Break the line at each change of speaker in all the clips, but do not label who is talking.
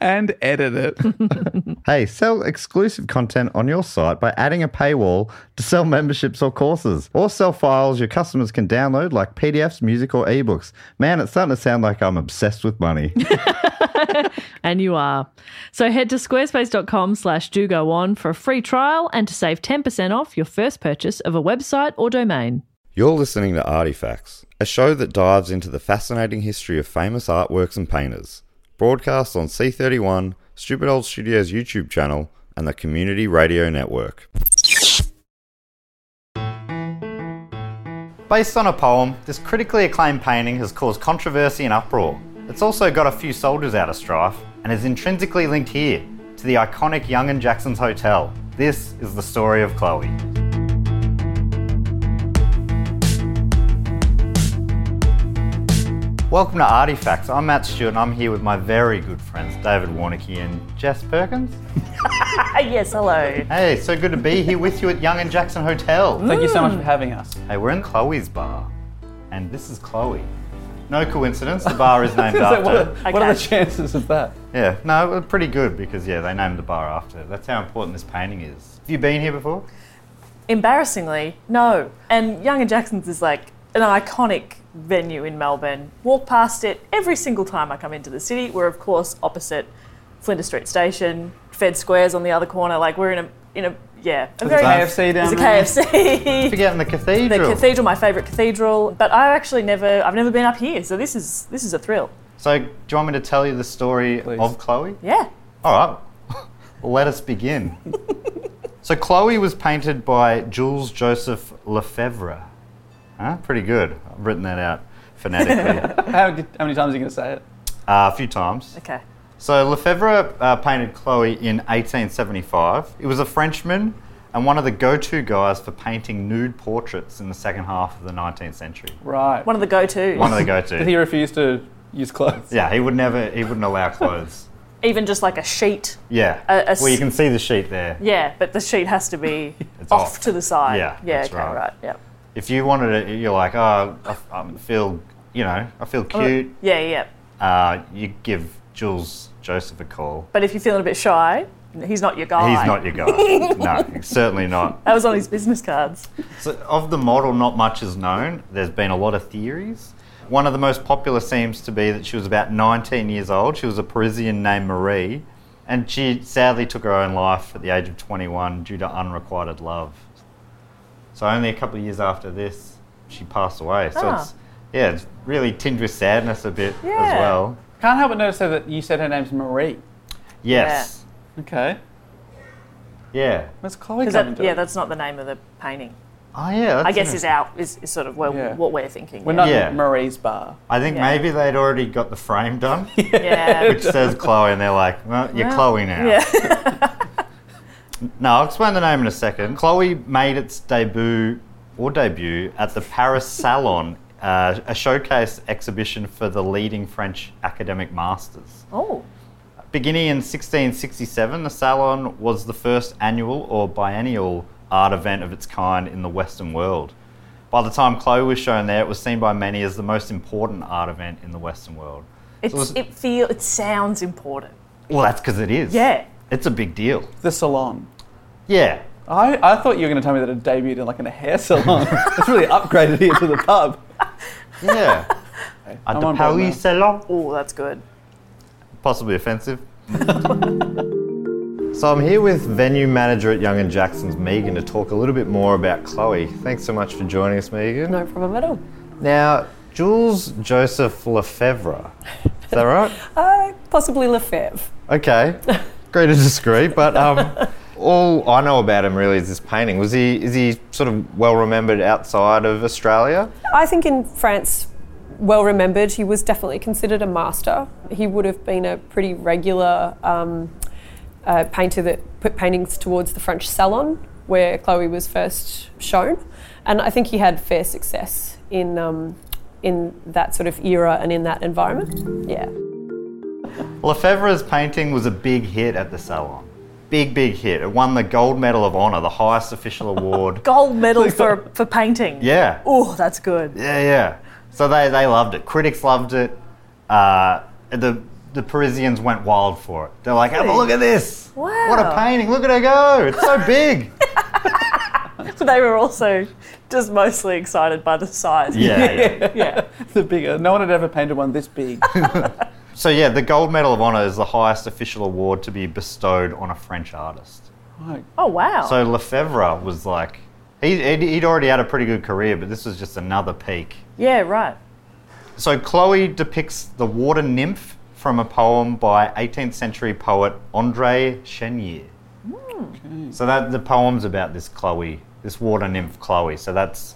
And edit it.
hey, sell exclusive content on your site by adding a paywall to sell memberships or courses, or sell files your customers can download like PDFs, music, or ebooks. Man, it's starting to sound like I'm obsessed with money.
And you are. So head to squarespace.com slash do go on for a free trial and to save 10% off your first purchase of a website or domain.
You're listening to Artifacts, a show that dives into the fascinating history of famous artworks and painters. Broadcast on C31, Stupid Old Studios YouTube channel, and the Community Radio Network. Based on a poem, this critically acclaimed painting has caused controversy and uproar. It's also got a few soldiers out of strife and is intrinsically linked here to the iconic Young and Jackson's Hotel. This is the story of Chloe. Welcome to Artifacts. I'm Matt Stewart and I'm here with my very good friends David Warnicky and Jess Perkins.
yes, hello.
Hey, so good to be here with you at Young and Jackson Hotel.
Thank you so much for having us.
Hey, we're in Chloe's bar, and this is Chloe. No coincidence, the bar is named
So what,
after.
what are the
Okay.
chances of that?
Yeah, no, we're pretty good because, yeah, they named the bar after. That's how important this painting is. Have you been here before?
Embarrassingly, no. And Young and Jackson's is like an iconic venue in Melbourne. Walk past it every single time I come into the city. We're of course opposite Flinders Street Station. Fed Square's on the other corner. Like we're in a in a yeah. A
There's a KFC down
There's a
there.
KFC.
Forgetting the
The
cathedral.
cathedral, my favourite cathedral, but I actually never, I've never been up here, so this is this is a thrill.
so, do you want me to tell you the story
Please.
of Chloe?
Yeah,
All right, let us begin. so, Chloe was painted by Jules Joseph Lefebvre. Huh? Pretty good. I've written that out phonetically
How, how many times are you going to say it?
uh, a few times.
okay.
So Lefebvre uh, painted Chloe in 1875. It was a Frenchman and one of the go-to guys for painting nude portraits in the second half of the 19th century.
Right.
One of the go-tos.
One of the go-to.
Did he refuse to use clothes?
yeah, he would never. He wouldn't allow clothes.
Even just like a sheet.
Yeah.
A- a s-
well, you can see the sheet there.
Yeah, but the sheet has to be
It's
off,
off.
to the side.
Yeah,
yeah,
that's
okay,
right.
right. Yeah,
If you wanted it, you're like, oh, I, f- I feel, you know, I feel cute.
yeah, yeah.
Uh, you give Jules Joseph a call.
But if you're feeling a bit shy, he's not your guy.
He's not your guy. no, he's certainly not.
That was on his business cards.
So of the model, not much is known. There's been a lot of theories. One of the most popular seems to be that she was about 19 years old. She was a Parisian named Marie, and she sadly took her own life at the age of 21 due to unrequited love. So only a couple of years after this, she passed away. So
Ah.
it's yeah, it's really tinged with sadness a bit as
Yeah.
well.
Can't help but notice though that you said her name's Marie.
Yes.
Okay.
Yeah. Yeah.
Where's Chloe
Because
coming
that,
to?
yeah, that's not the name of the painting.
Oh, yeah. That's
I guess is
interesting.
out is, is sort of where,
Yeah.
what we're thinking.
We're not
Yeah.
at Marie's bar.
I think
Yeah.
maybe they'd already got the frame done, which
yeah.
says Chloe, and they're like, well, you're
Well,
Chloe now.
yeah.
No, I'll explain the name in a second. Chloe made its debut or debut at the Paris Salon, uh, a showcase exhibition for the leading French academic masters.
oh,
Beginning in 1667, the Salon was the first annual or biennial art event of its kind in the Western world. By the time Chloe was shown there, it was seen by many as the most important art event in the Western world.
it's,
was-
it feel it sounds important.
Well, that's because it is.
Yeah.
It's a big deal.
The salon.
Yeah.
I, I thought you were going to tell me that it debuted in like in a hair salon. it's really upgraded here to the pub.
Yeah. at
I'm
the
on board now.
Paris Salon.
Oh, that's good.
possibly offensive. so I'm here with venue manager at Young and Jackson's, Megan, to talk a little bit more about Chloe. Thanks so much for joining us, Megan.
No problem at all.
Now, Jules Joseph Lefebvre. Is that right?
Uh, possibly Lefebvre.
Okay. Great and discreet, but um, all I know about him really is this painting. Was he is he sort of well remembered outside of Australia?
I think in France, well remembered, he was definitely considered a master. He would have been a pretty regular um, uh, painter that put paintings towards the French Salon, where Chloe was first shown, and I think he had fair success in um, in that sort of era and in that environment. Yeah.
Lefebvre's painting was a big hit at the salon. Big, big hit. It won the Gold Medal of Honor, the highest official award
Gold medal for for painting.
Yeah.
Oh, that's good.
Yeah, yeah. So they, they loved it. Critics loved it. Uh, the the Parisians went wild for it. They're like, have a look at this. What a
Wow.
painting. Look at her go. It's so big.
But they were also just mostly excited by the size.
yeah, yeah.
Yeah.
The bigger. No one had ever painted one this big.
So, yeah, the Gold Medal of Honor is the highest official award to be bestowed on a French artist.
Right.
Oh wow.
So Lefebvre was like, he, he'd, he'd already had a pretty good career, but this was just another peak.
yeah. Right.
So Chloe depicts the water nymph from a poem by 18th century poet André Chenier. So that the poem's about this Chloe, this water nymph Chloe. So that's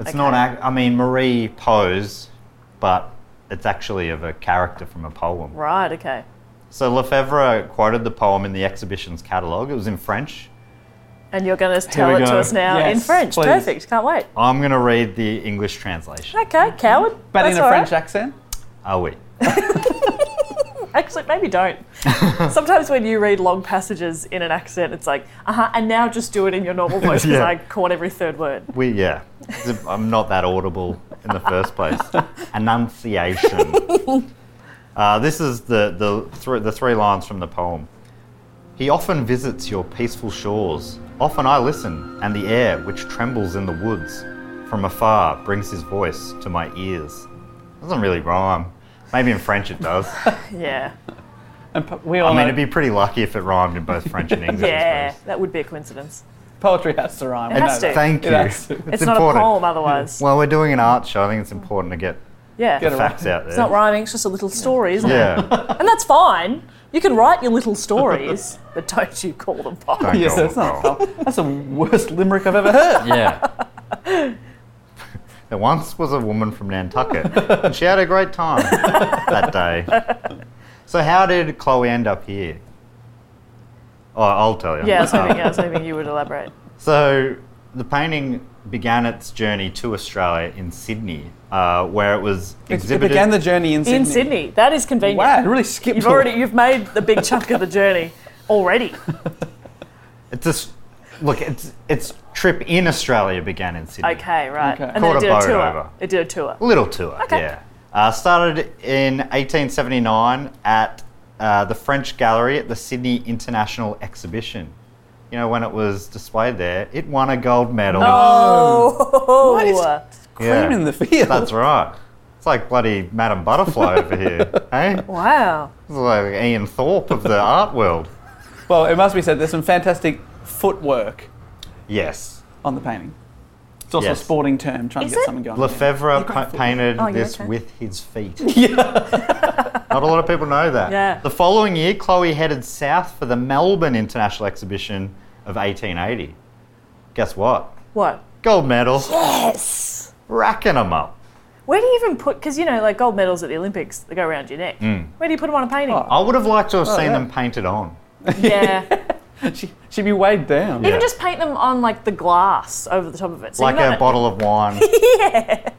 it's not. ac- I mean, Marie posed, but it's actually of a character from a poem.
Right. Okay.
So Lefebvre quoted the poem in the exhibition's catalogue. It was in French.
And you're going to tell
we
it to
go.
us now in
Yes,
French.
please.
Perfect. Can't wait.
I'm going to read the English translation.
Okay, coward.
Mm-hmm. But
That's
in a
all
French
right.
accent?
Are we?
Actually, maybe don't. Sometimes when you read long passages in an accent, it's like, uh huh, and now just do it in your normal voice because
Yeah.
I caught every third word.
We yeah, I'm not that audible in the first place. Annunciation. Uh, this is the the thr the three lines from the poem. He often visits your peaceful shores. Often I listen, and the air which trembles in the woods from afar brings his voice to my ears. Doesn't really rhyme. Maybe in French it does.
Oh, Yeah.
And po- we all
I mean,
know
it'd be pretty lucky if it rhymed in both French and English. I
Yeah.
suppose.
That would be a coincidence.
poetry has to rhyme.
It
We
has
know
to.
that.
Thank you.
Yeah, it's- Mm.
It's, not a poem otherwise.
Well, we're doing an art show. I think it's important to get
yeah.
Get
It's
around.
facts out there.
not rhyming, it's just a little story, isn't it?
Yeah.
And that's fine. You can write your little stories, but don't you call them poems.
Yeah, that's not a poem. That's the worst limerick I've ever heard.
Yeah. there once was a woman from Nantucket, and she had a great time that day. So, how did Chloe end up here? Oh, I'll tell you.
Yeah, I was hoping, I was hoping you would elaborate.
So, the painting began its journey to Australia in Sydney, uh, where it was
It
exhibited.
began the journey in Sydney.
In Sydney, that is convenient.
Wow, it really skipped
You've
all-
already you've made the big chunk of the journey already.
it's just look, it's its trip in Australia began in Sydney.
Okay, right.
Okay.
Caught
And then
a
it did a
boat
tour.
over.
It did a tour.
Little tour,
Okay.
yeah. Uh, started in 1879 at uh, the French Gallery at the Sydney International Exhibition. You know, when it was displayed there, it won a gold medal.
Oh,
What is-
Yeah.
Cream in the field.
That's right. It's like bloody Madame Butterfly over here, hey? It's
wow.
like Ian Thorpe of the art world.
Well, it must be said, there's some fantastic footwork
Yes.
on the painting. It's also
Yes.
a sporting term, trying
Is
to get
it?
something going.
Lefebvre pa- painted
Oh, you're
this
okay.
with his feet. Not a lot of people know that.
Yeah.
The following year, Chloe headed south for the Melbourne International Exhibition of 1880. Guess what?
What?
Gold medals,
Yes.
racking them up.
Where do you even put? Because you know, like gold medals at the Olympics, they go around your neck.
Hmm.
Where do you put them on a painting?
I would have liked to
Oh,
have seen
yeah.
them painted on.
Yeah.
She, she'd be weighed down.
Yeah.
Even just paint them on like the glass over the top of it. So
Like
you're not
a bottle of wine,
Yeah.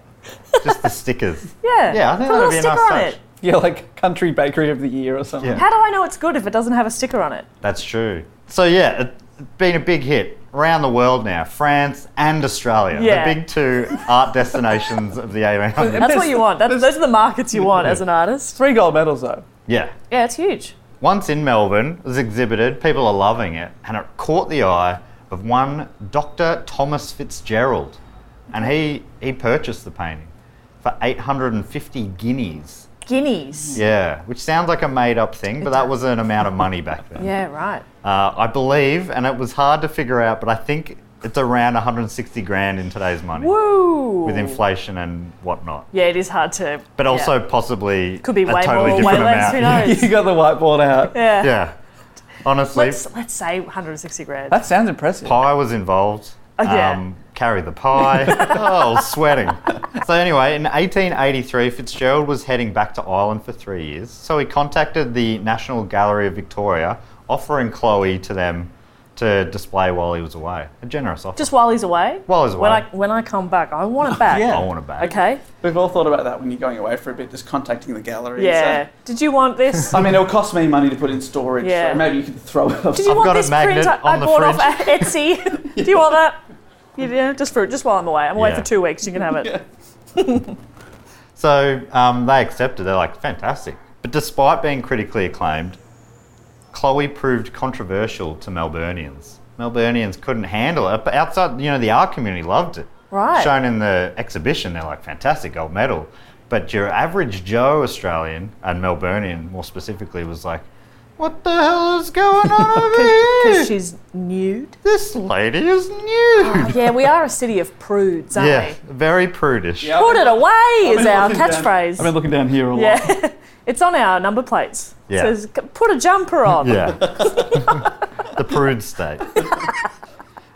just the stickers.
Yeah.
Yeah, I think
Put a
that'd
little
be a
sticker
nice
on
touch.
it.
Yeah, like country bakery of the year or something.
Yeah.
How do I know it's good if it doesn't have a sticker on it?
That's true. So yeah, it- it's been a big hit around the world now. France and Australia,
Yeah.
the big two art destinations of the 1800s.
That's what you want. That's, those are the markets you want as an artist.
Three gold medals though.
Yeah.
Yeah, it's huge.
Once in Melbourne, it was exhibited. People are loving it, and it caught the eye of one Dr. Thomas Fitzgerald, and he he purchased the painting for 850 guineas.
Guineas.
Yeah, which sounds like a made-up thing, but that was an amount of money back then.
Yeah, right.
Uh, I believe, and it was hard to figure out, but I think it's around 160 grand in today's money
Woo.
with inflation and whatnot.
Yeah, it is hard to.
But
yeah.
also possibly
could be
a
way
totally
more, way
different
less. Who
amount.
knows?
You got the whiteboard out.
yeah.
yeah, honestly,
Let's let's say 160 grand.
That sounds impressive.
pie was involved.
Oh,
um,
yeah.
carry the pie. oh, I was sweating. So anyway, in 1883, Fitzgerald was heading back to Ireland for three years. So he contacted the National Gallery of Victoria, offering Chloe to them to display while he was away. A generous offer.
Just while he's away.
While he's
When
away.
I when I come back, I want it back.
yeah.
I want it back.
Okay.
We've all thought about that when you're going away for a bit, just contacting the gallery.
Yeah.
and saying,
Did you want this?
I mean, it'll cost me money to put in storage.
Yeah.
So maybe you could throw it off.
Did you
I've
want
got a
this
magnet
print I, I
on the
bought off
fridge.
Etsy? Do you want that? You know, just for just while I'm away. I'm away
Yeah.
for two weeks. You can have it.
So um, they accepted. They're like, fantastic. But despite being critically acclaimed, Chloe proved controversial to Melburnians. Melburnians couldn't handle it. But outside, you know, the art community loved it.
Right.
Shown in the exhibition, they're like, fantastic, gold medal. But your average Joe Australian, and Melburnian more specifically, was like, what the hell is going on over here?
Because she's nude.
This lady is nude.
Yeah, we are a city of prudes, aren't
Yeah, very prudish.
we? Put it away is
been
our
looking down- I've been
catchphrase.
looking down here a lot.
Yeah. it's on our number plates. It
Yeah.
says, "C- put a jumper on.
Yeah. the prude state.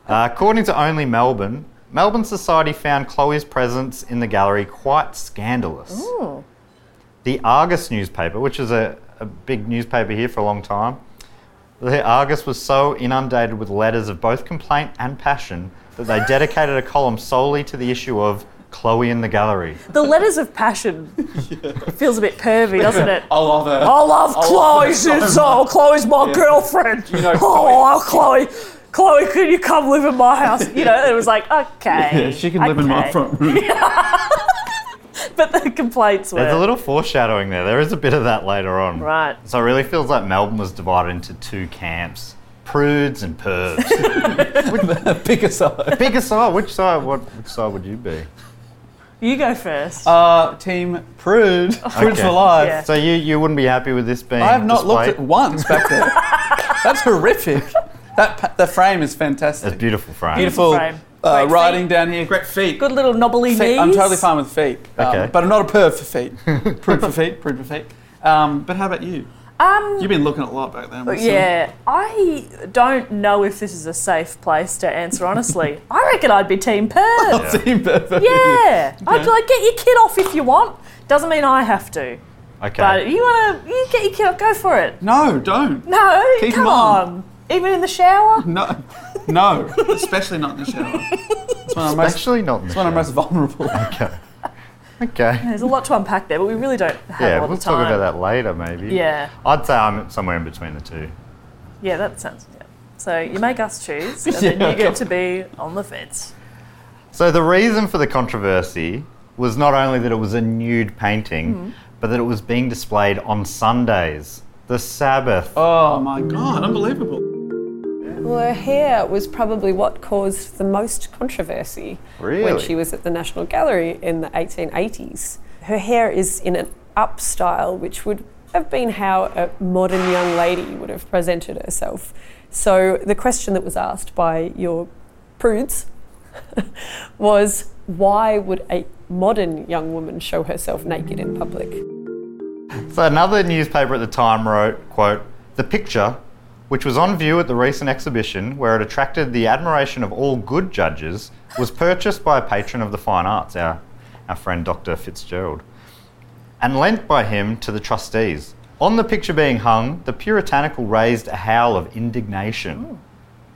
Uh, according to Only Melbourne, Melbourne society found Chloe's presence in the gallery quite scandalous. The Argus newspaper, which is a, a big newspaper here for a long time, the Argus was so inundated with letters of both complaint and passion that they dedicated a column solely to the issue of Chloe in the gallery.
The letters of passion feels a bit pervy, doesn't it?
I love it.
I love Chloe. She's, oh, Chloe's my girlfriend.
know
oh, Chloe. Chloe, can you come live in my house? You know, it was like, okay.
Yeah, she can live in my
okay.
front room.
But the complaints were.
There's a little foreshadowing there. There is a bit of that later on.
Right.
So it really feels like Melbourne was divided into two camps prudes and pervs.
Pick us up.
Bigger side, which side? What which side would you be?
you go first.
Uh, team Prude.
Oh.
Prude's
Okay.
for life.
Yeah.
So you, you wouldn't be happy with this being.
I have not looked at
displayed?
once back there. That's horrific. That pa- the frame is fantastic.
It's beautiful frame.
Beautiful
Frame.
uh,
Great
writing
feet.
down here. Great feet.
Good little knobbly
feet.
knees.
I'm totally fine with feet. Um,
Okay.
But I'm not a perv for feet. Prude for feet. Prude for feet. Um, but how about you?
Um,
You've been looking at a lot back then.
Yeah, I don't know if this is a safe place to answer honestly. I reckon I'd be Team Perth.
Team Perv.
Yeah, I'd be like, get your kid off if you want. Doesn't mean I have to.
Okay.
But you wanna, you get your kid off, go for it.
No, don't.
No,
Keep 'em
come
on.
on. Even in the shower.
No. No. Especially not in the shower. It's when I'm most, it's
Especially not in the
when I'm
show.
most vulnerable.
Okay.
There's a lot to unpack there, but we really don't have
Yeah,
all
we'll
the time.
talk about that later, maybe.
Yeah,
I'd say I'm somewhere in between the two.
yeah, that sounds. Yeah. So you make us choose, and
Yeah,
then you get to be on the fence.
So the reason for the controversy was not only that it was a nude painting, but that it was being displayed on Sundays, the Sabbath.
Oh my god, unbelievable.
Well, her hair was probably what caused the most controversy when
Really?
she was at the National Gallery in the 1880s. Her hair is in an up style, which would have been how a modern young lady would have presented herself. So the question that was asked by your prudes was why would a modern young woman show herself naked in public?
So another newspaper at the time wrote, quote, the picture, which was on view at the recent exhibition where it attracted the admiration of all good judges, was purchased by a patron of the fine arts, our, our friend Dr. Fitzgerald, and lent by him to the trustees. On the picture being hung, the puritanical raised a howl of indignation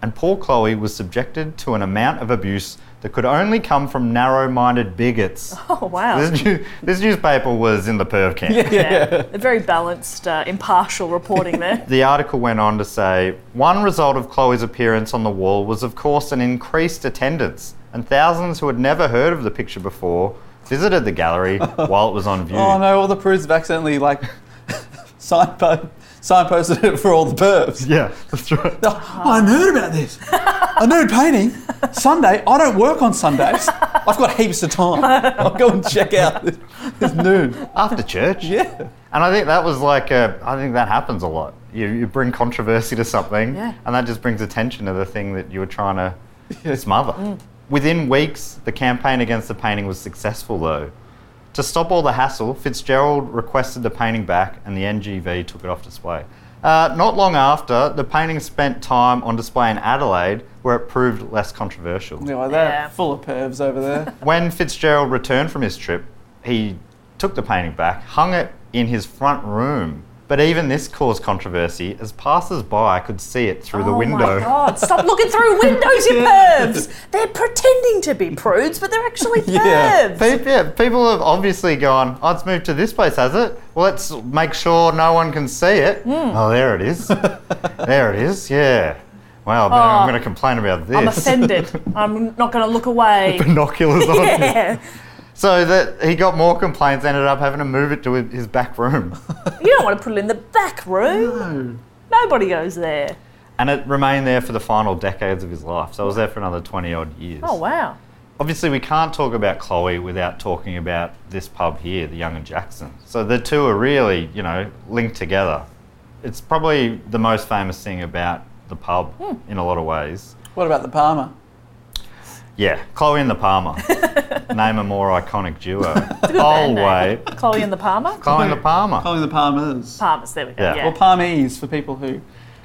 and poor Chloe was subjected to an amount of abuse that could only come from narrow minded bigots.
Oh, wow.
This, new, this newspaper was in the perv camp.
Yeah. A very balanced, uh, impartial reporting there.
The article went on to say one result of Chloe's appearance on the wall was, of course, an increased attendance, and thousands who had never heard of the picture before visited the gallery while it was on view.
Oh no, all the prudes have accidentally like signpo- signposted it for all the pervs.
Yeah, that's right.
Oh, I heard about this. A nude painting. Sunday. I don't work on Sundays. I've got heaps of time. I'll go and check out this, this nude.
After church?
Yeah.
And I think that was like, a, I think that happens a lot. You, you bring controversy to something,
Yeah.
and that just brings attention to the thing that you were trying to smother. Within weeks, the campaign against the painting was successful, though. To stop all the hassle, Fitzgerald requested the painting back, and the NGV took it off display. Uh, not long after, the painting spent time on display in Adelaide, where it proved less controversial.
Anyway, they're
Yeah.
full of pervs over there.
When Fitzgerald returned from his trip, he took the painting back, hung it in his front room. But even this caused controversy, as passers-by could see it through the
Oh my
window.
God, stop looking through windows, you pervs! They're pretending to be prudes, but they're actually
Yeah.
pervs.
Pe- yeah, people have obviously gone, oh, it's moved to this place, has it? Well, let's make sure no one can see it.
Hmm.
Oh, there it is. there it is, yeah. Wow, but I'm going to complain about this.
Oh. I'm offended. I'm not going to look away.
Binoculars on.
Yeah.
So that he got more complaints, ended up having to move it to his back room.
You don't want to put it in the back room. Nobody goes there.
And it remained there for the final decades of his life. So it was there for another 20 odd years.
Oh, wow.
Obviously, we can't talk about Chloe without talking about this pub here, the Young and Jackson. So the two are really, you know, linked together. It's probably the most famous thing about the pub
Hmm.
in a lot of ways.
what about the Palmer?
Yeah, Chloe and the Palmer. Name a more iconic duo.
band
Oh,
name.
wait.
Chloe and the Palmer?
Chloe and the Palmer.
Calling the Palmers.
Palmers, there we go.
Yeah.
Yeah.
Or Palmies for people who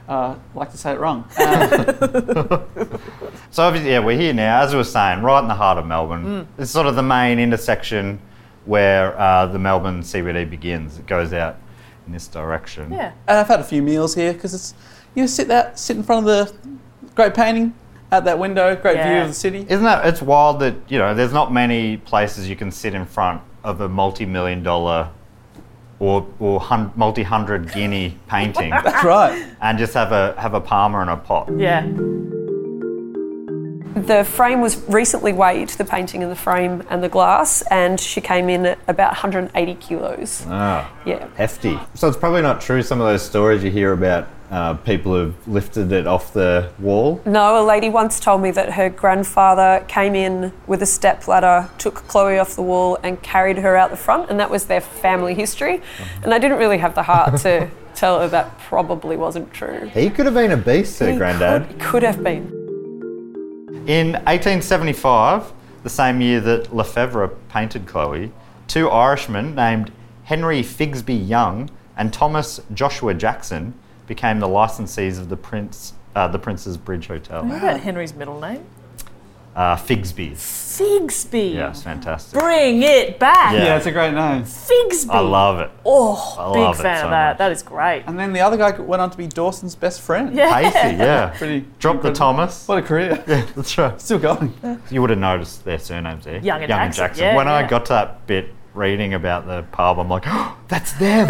uh, like to say it wrong. Uh,
So obviously, yeah, we're here now. As we were saying, right in the heart of Melbourne. It's sort of the main intersection where uh, the Melbourne CBD begins. It goes out in this direction.
Yeah.
and I've had a few meals here because it's you know, sit that sit in front of the great painting out that window, great view
Yeah.
of the city.
Isn't that? It's wild that you know. There's not many places you can sit in front of a multi-million dollar or or hun- multi-hundred guinea painting
That's right.
and just have a have a palmer and a pot.
Yeah.
The frame was recently weighed, the painting and the frame and the glass, and she came in at about 180 kilos. Yeah.
Ah, hefty. So it's probably not true. Some of those stories you hear about uh, people who've lifted it off the wall.
No, a lady once told me that her grandfather came in with a step ladder, took Chloe off the wall, and carried her out the front, and that was their family history.
Uh-huh.
And I didn't really have the heart to tell her that probably wasn't true.
He could have been a beast, her granddad.
Could, could have been.
In 1875, the same year that Lefebvre painted Chloe, two Irishmen named Henry Figsby Young and Thomas Joshua Jackson became the licensees of the Prince, uh, the Prince's Bridge Hotel.
What about Henry's middle name?
Uh, Figsby.
Figsby.
Yeah, it's fantastic.
Bring it back.
Yeah.
Yeah, it's a great name.
Figsby.
I love it.
Oh,
I
big
love it
fan
so
of that.
much.
That is great.
Um,
And then the other guy went on to be Dawson's best friend.
Yeah.
Pacey, yeah.
Pretty-
Drop the
pretty-
Thomas.
What a career.
That's right.
Still going.
You would have noticed their surnames there.
Young and Jackson, yeah,
when I
yeah.
got to that bit reading about the pub, I'm like, oh, that's them.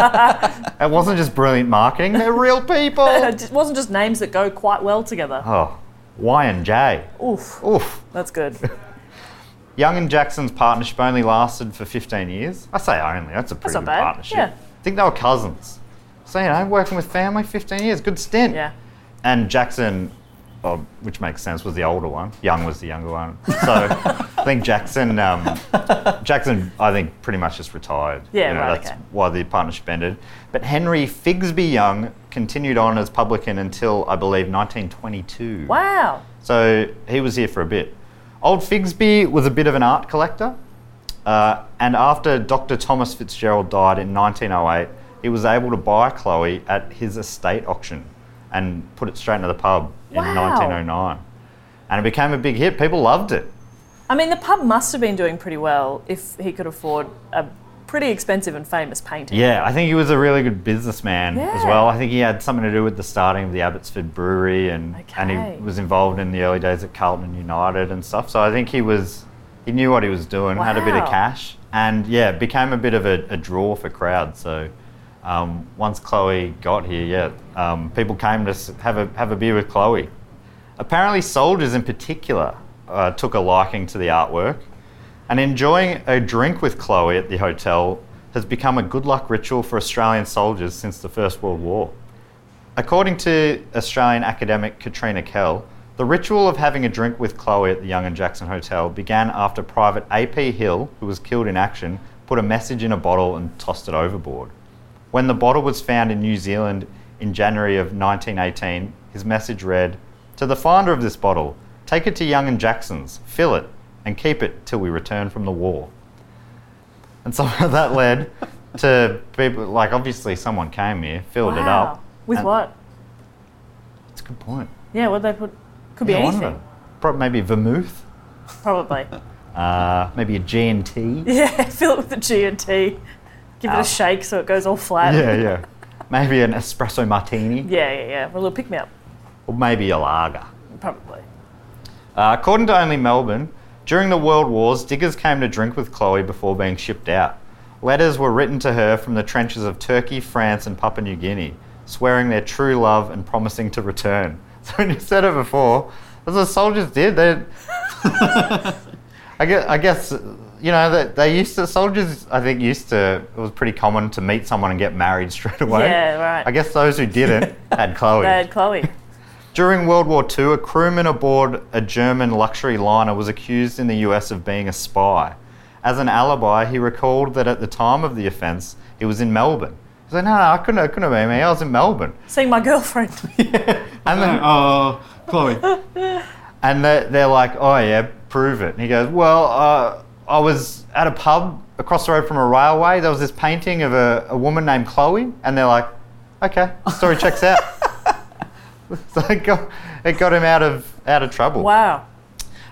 it wasn't just brilliant marketing, they're real people.
It wasn't just names that go quite well together.
Oh, Y and J.
Oof.
Oof.
That's good.
Young and Jackson's partnership only lasted for 15 years. I say only, that's a pretty
not
good
bad,
partnership.
yeah.
I think they were cousins. So, you know, working with family, 15 years, good stint.
Yeah.
And Jackson, oh, which makes sense, was the older one. Young was the younger one. So I think Jackson, um, Jackson, I think pretty much just retired.
Yeah, right,
That's
okay.
why the partnership ended. But Henry Figsby Young continued on as publican until I believe 1922.
Wow.
So he was here for a bit. Old Figsby was a bit of an art collector. Uh, and after Dr. Thomas Fitzgerald died in 1908, he was able to buy Chloe at his estate auction and put it straight into the pub in
Wow.
1909. And it became a big hit. People loved it.
I mean, the pub must have been doing pretty well if he could afford a pretty expensive and famous painting.
Yeah, I think he was a really good businessman as
Yeah.
well. I think he had something to do with the starting of the Abbotsford Brewery and, and
Okay.
he was involved in the early days at Carlton and United and stuff. So I think he was he knew what he was doing, had a bit of
Wow.
cash, and yeah, it became a bit of a, a draw for crowds. So um, once Chloe got here, yeah, um, people came to s- have a have a beer with Chloe. Apparently, soldiers in particular uh, took a liking to the artwork, and enjoying a drink with Chloe at the hotel has become a good luck ritual for Australian soldiers since the First World War. According to Australian academic Katrina Kell, the ritual of having a drink with Chloe at the Young and Jackson Hotel began after Private A.P. Hill, who was killed in action, put a message in a bottle and tossed it overboard. When the bottle was found in New Zealand in January of 1918, his message read To the finder of this bottle, take it to Young and Jackson's, fill it, and keep it till we return from the war. And so that led to people, like, obviously, someone came here, filled it
Wow.
up.
With
and-
what?
It's a good point.
Yeah, what they put? Could be
Yeah, one of
anything,
them. Prob- maybe vermouth,
probably.
uh, maybe a G&T.
yeah, fill it with the G and T. Give it a shake so it goes all flat.
yeah, yeah. Maybe an espresso martini,
yeah, yeah. yeah. A little pick me up,
or maybe a lager.
probably.
Uh, according to Only Melbourne, during the World Wars, diggers came to drink with Chloe before being shipped out. Letters were written to her from the trenches of Turkey, France, and Papua New Guinea, swearing their true love and promising to return. So when you said it before, that's what soldiers did. They, I guess, I guess, you know, they, they used to soldiers. I think used to it was pretty common to meet someone and get married straight away.
Yeah, right.
I guess those who didn't had Chloe.
Bad Chloe.
During World War II, a crewman aboard a German luxury liner was accused in the US of being a spy. As an alibi, he recalled that at the time of the offence, he was in Melbourne. He said, No, no, I couldn't, it couldn't have been me, I was in Melbourne.
Seeing my girlfriend.
And, then,
Oh, Chloe.
and they're, they're like, Oh, yeah, prove it. And he goes, Well, uh, I was at a pub across the road from a railway, there was this painting of a, a woman named Chloe, and they're like, Okay, story checks out. so it got, it got him out of, out of trouble.
Wow.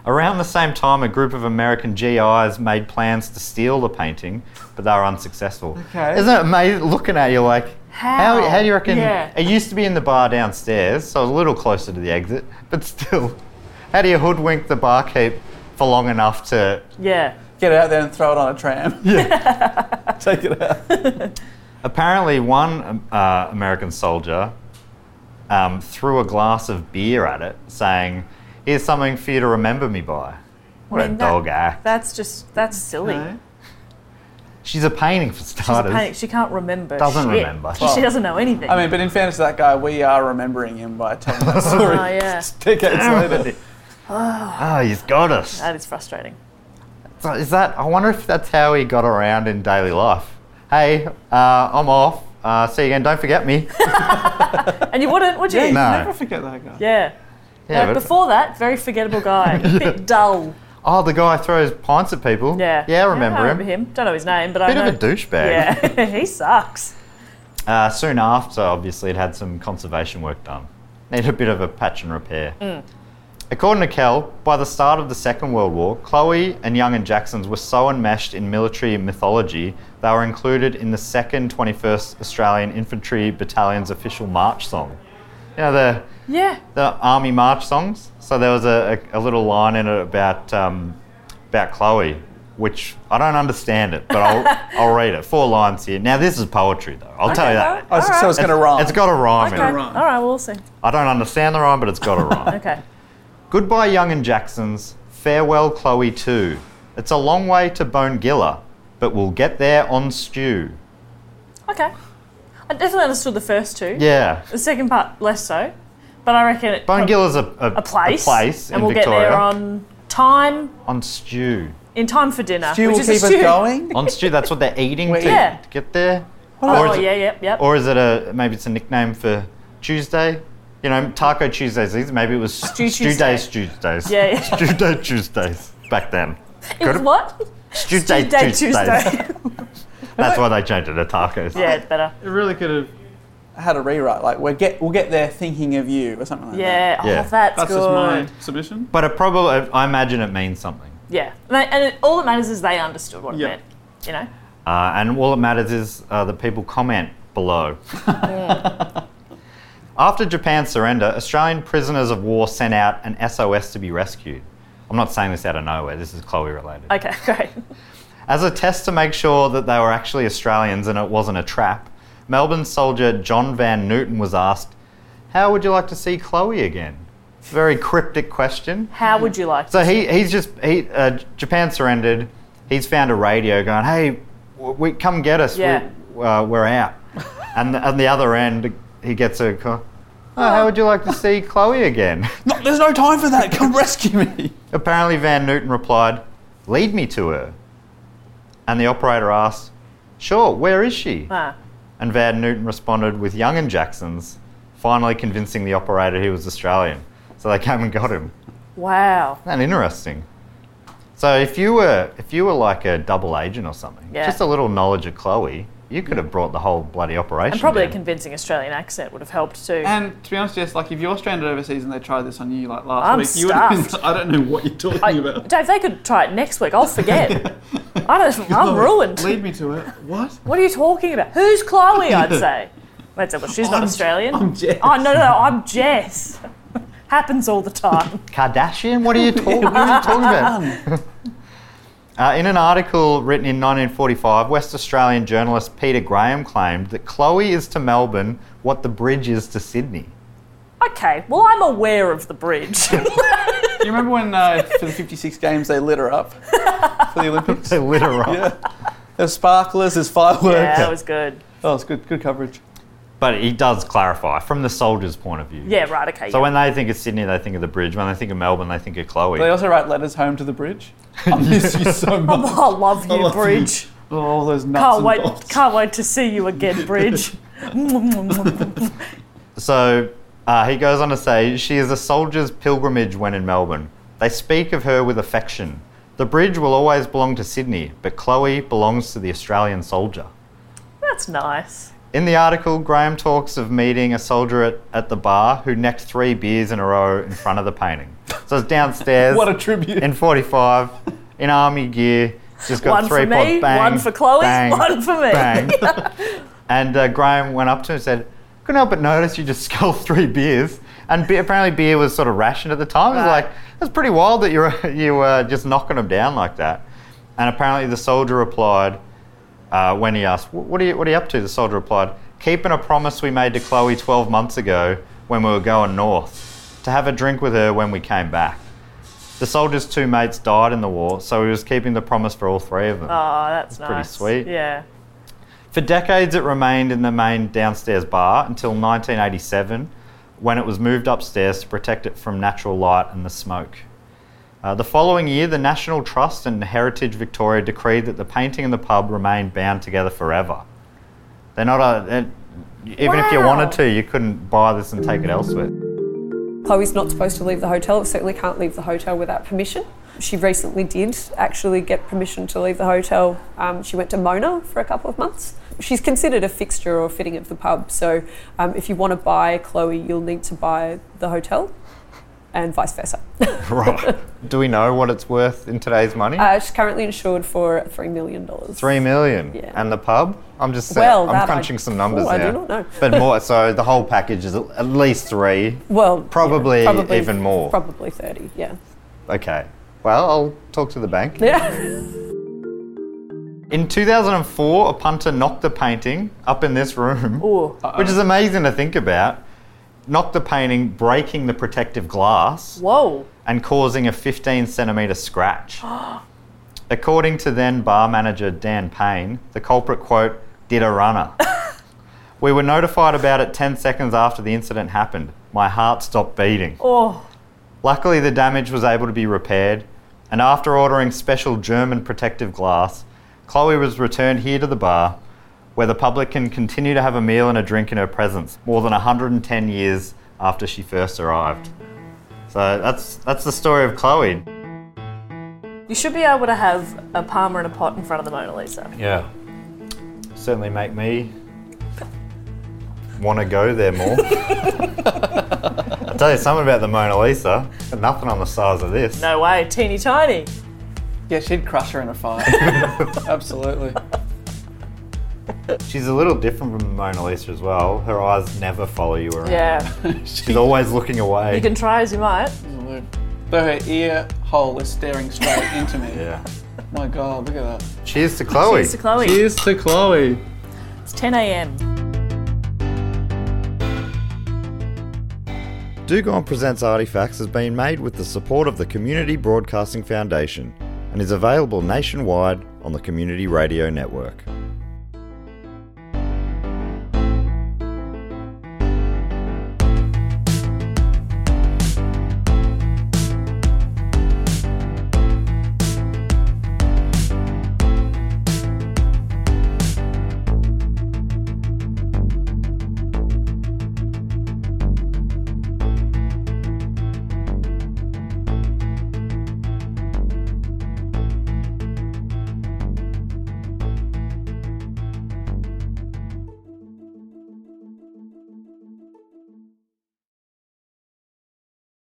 Around the same time, a group of American GIs made plans to steal the painting, but they were unsuccessful.
Okay.
Isn't it amazing looking at you like, how,
How?
how, do you reckon?
Yeah.
It used to be in the bar downstairs, so a little closer to the exit, but still, how do you hoodwink the barkeep for long enough to.
Yeah.
Get it out there and throw it on a tram. Yeah. Take it out.
Apparently, one um, uh, American soldier um, threw a glass of beer at it, saying, Here's something for you to remember me by. What
I mean,
a
that-
dog act.
That's just that's silly.
She's a painting for
She's a
starters.
panic. She can't remember.
Doesn't
shit.
remember.
She doesn't know anything.
I mean, but in fairness to that guy, we are remembering him by telling that story
oh yeah,
decades later.
Oh, he's got us.
that is frustrating.
So is that? I wonder if that's how he got around in daily life. Hey, uh, I'm off. Uh, see you again. Don't forget me.
And you wouldn't, would you?
Yeah, you
No.
never forget that guy.
Yeah.
Yeah,
Like,
but-
before that, very forgettable guy. Bit dull.
oh, the guy throws pints at people.
Yeah.
Yeah, I remember
I
him.
remember him. Don't know his name, but I
Bit
know.
of a douchebag.
Yeah, he sucks.
Uh, soon after, obviously, it had some conservation work done. Needed a bit of a patch and repair. According to Kell, by the start of the Second World War, Chloe and Young and Jacksons were so enmeshed in military mythology they were included in the Second 21st Australian Infantry Battalion's official march song. You know the
Yeah.
the army march songs. So there was a, a, a little line in it about um, about Chloe, which I don't understand it, but I'll I'll read it. Four lines here. Now this is poetry though. I'll tell you that.
Oh, so, so it's going to rhyme.
It's got a rhyme
Okay.
in it.
All right, we'll see.
I don't understand the rhyme, but it's got a rhyme.
Okay.
Goodbye, Young and Jacksons. Farewell, Chloe too. It's a long way to Bonegilla, but we'll get there on stew.
Okay. I definitely understood the first two.
Yeah.
The second part, less so. But I reckon it.
Bonegilla's a, a,
A place.
in
and we'll
Victoria.
get there on time,
on stew.
in time for dinner.
Stu will
which
keep
is a
us
stew.
going.
On stew, that's what they're eating
Wait.
to
Yeah.
get there.
Oh,
Or is it-
yeah, yep, yep.
Or is it a maybe it's a nickname for Tuesday? You know, Taco Tuesdays. these- Maybe it was Stew
Tuesday.
Days Tuesdays.
Yeah, yeah.
Stew Day Tuesdays back then.
it was what?
Tuesday,
Tuesday,
Tuesday.
Tuesday.
That's why they changed it to tacos.
yeah, it's better.
It really could have.
Had a rewrite. Like we get we'll get there thinking of you or something like that.
Yeah,
Yeah.
oh, that's,
That's
good.
just my submission.
But it probably, I imagine it means something.
Yeah, and, they, and it, all that matters is they understood what it
Yeah.
meant. You know,
Uh, and all that matters is uh, that people comment below. After Japan's surrender, Australian prisoners of war sent out an SOS to be rescued. I'm not saying this out of nowhere, this is Chloe related.
okay, great.
As a test to make sure that they were actually Australians and it wasn't a trap, Melbourne soldier John Van Newton was asked, How would you like to see Chloe again? Very cryptic question.
How would you like?
So he, he's just he uh, Japan surrendered. He's found a radio going, "Hey, w- we come get us.
Yeah.
We, uh, we're out." and the, on the other end, he gets a call. Oh, how would you like to see Chloe again?
No, there's no time for that. Come rescue me.
Apparently, Van Newton replied, "Lead me to her." And the operator asked, "Sure, where is she?"
Ah.
And Van Newton responded with Young and Jackson's, finally convincing the operator he was Australian. So they came and got him.
Oh, Wow.
Isn't that interesting? So if you were if you were like a double agent or something,
Yeah.
just a little knowledge of Chloe, you could have brought the whole bloody operation.
And probably a
down.
convincing Australian accent would have helped too.
And to be honest, Jess, like if you're stranded overseas and they tried this on you like last
I'm
week, you would have been.
stuffed.
I don't know what you're talking
I-
about.
Dave, they could try it next week. I'll forget. I don't. I'm
Chloe,
ruined.
Lead me to it. What?
What are you talking about? Who's Chloe? I'd say. I'd say, well, she's not
I'm-
Australian.
I'm Jess.
Oh no, no, no, I'm Jess. Happens all the time.
Kardashian? What are you, talking? what are you talking about? Uh, in an article written in 1945, West Australian journalist Peter Graham claimed that Chloe is to Melbourne what the bridge is to Sydney.
Okay, well, I'm aware of the bridge.
You remember when uh, for the 56 games they lit her up for the Olympics?
They lit her up.
There's sparklers, there's fireworks.
yeah, that was good.
Oh, it's good, good coverage.
But he does clarify from the soldier's point of view.
Yeah, right. Okay.
So
yeah.
when they think of Sydney, they think of the bridge. When they think of Melbourne, they think of Chloe.
They also write letters home to the bridge. I miss you so much.
I love you,
love you.
bridge.
Oh, all those nuts
Can't
and
wait.
bolts.
Can't wait to see you again, bridge.
So uh, he goes on to say, She is a soldier's pilgrimage when in Melbourne. They speak of her with affection. The bridge will always belong to Sydney, but Chloe belongs to the Australian soldier.
That's nice.
In the article, Graham talks of meeting a soldier at, at the bar who necked three beers in a row in front of the painting. So it's downstairs
What a tribute.
in 45, in army gear, just got
One
three
for
pot
me,
bang,
one for Chloe,
bang,
one for me.
Bang. and uh, Graham went up to him and said, couldn't help but notice you just sculled three beers. And be- apparently beer was sort of rationed at the time. It was
Right.
like, that's pretty wild that you were, you were just knocking them down like that. And apparently the soldier replied, uh, when he asked, "Wh- what are, you, what are you up to? The soldier replied, keeping a promise we made to Chloe 12 months ago when we were going north, to have a drink with her when we came back. The soldier's two mates died in the war, so he was keeping the promise for all three of them.
Oh, that's,
pretty
nice.
sweet.
Yeah.
For decades, it remained in the main downstairs bar until 1987 when it was moved upstairs to protect it from natural light and the smoke. Uh, the following year, the National Trust and Heritage Victoria decreed that the painting and the pub remain bound together forever. They're not a. they're- even if you
Wow.
wanted to, you couldn't buy this and take it elsewhere.
Chloe's not supposed to leave the hotel, certainly can't leave the hotel without permission. She recently did actually get permission to leave the hotel. Um, she went to Mona for a couple of months. She's considered a fixture or fitting of the pub, so um, if you want to buy Chloe, you'll need to buy the hotel and vice versa.
right. Do we know what it's worth in today's money?
Uh, she's currently insured for $3 million.
Three million.
Yeah.
And the pub? I'm just saying,
Well,
I'm
that I-
crunching some numbers
Oh,
now.
I do not know.
But more, so the whole package is at least three.
Well, yeah,
Probably even more.
Probably 30, yeah.
Okay. Well, I'll talk to the bank.
Yeah.
In 2004, a punter knocked the painting up in this room, which is amazing to think about. Knocked the painting, breaking the protective glass
Whoa.
and causing a 15 centimetre scratch. According to then bar manager Dan Payne, the culprit, quote, did a runner. we were notified about it 10 seconds after the incident happened. My heart stopped beating.
Oh.
Luckily, the damage was able to be repaired, and after ordering special German protective glass, Chloe was returned here to the bar, where the public can continue to have a meal and a drink in her presence, more than 110 years after she first arrived. So that's that's the story of Chloe.
You should be able to have a Palmer and a pot in front of the Mona Lisa.
Yeah. Certainly make me want to go there more. I tell you something about the Mona Lisa. Got nothing on the size of this.
No way, teeny tiny.
Yeah, she'd crush her in a fire. Absolutely.
She's a little different from the Mona Lisa as well. Her eyes never follow you around.
Yeah,
She's always looking away.
you can try as you might.
Absolutely. Though her ear hole is staring straight into me.
yeah.
My God, look at that.
Cheers to Chloe.
Cheers to Chloe.
Cheers to Chloe.
It's 10 a.m.
Dugon Presents Artifacts has been made with the support of the Community Broadcasting Foundation and is available nationwide on the Community Radio Network.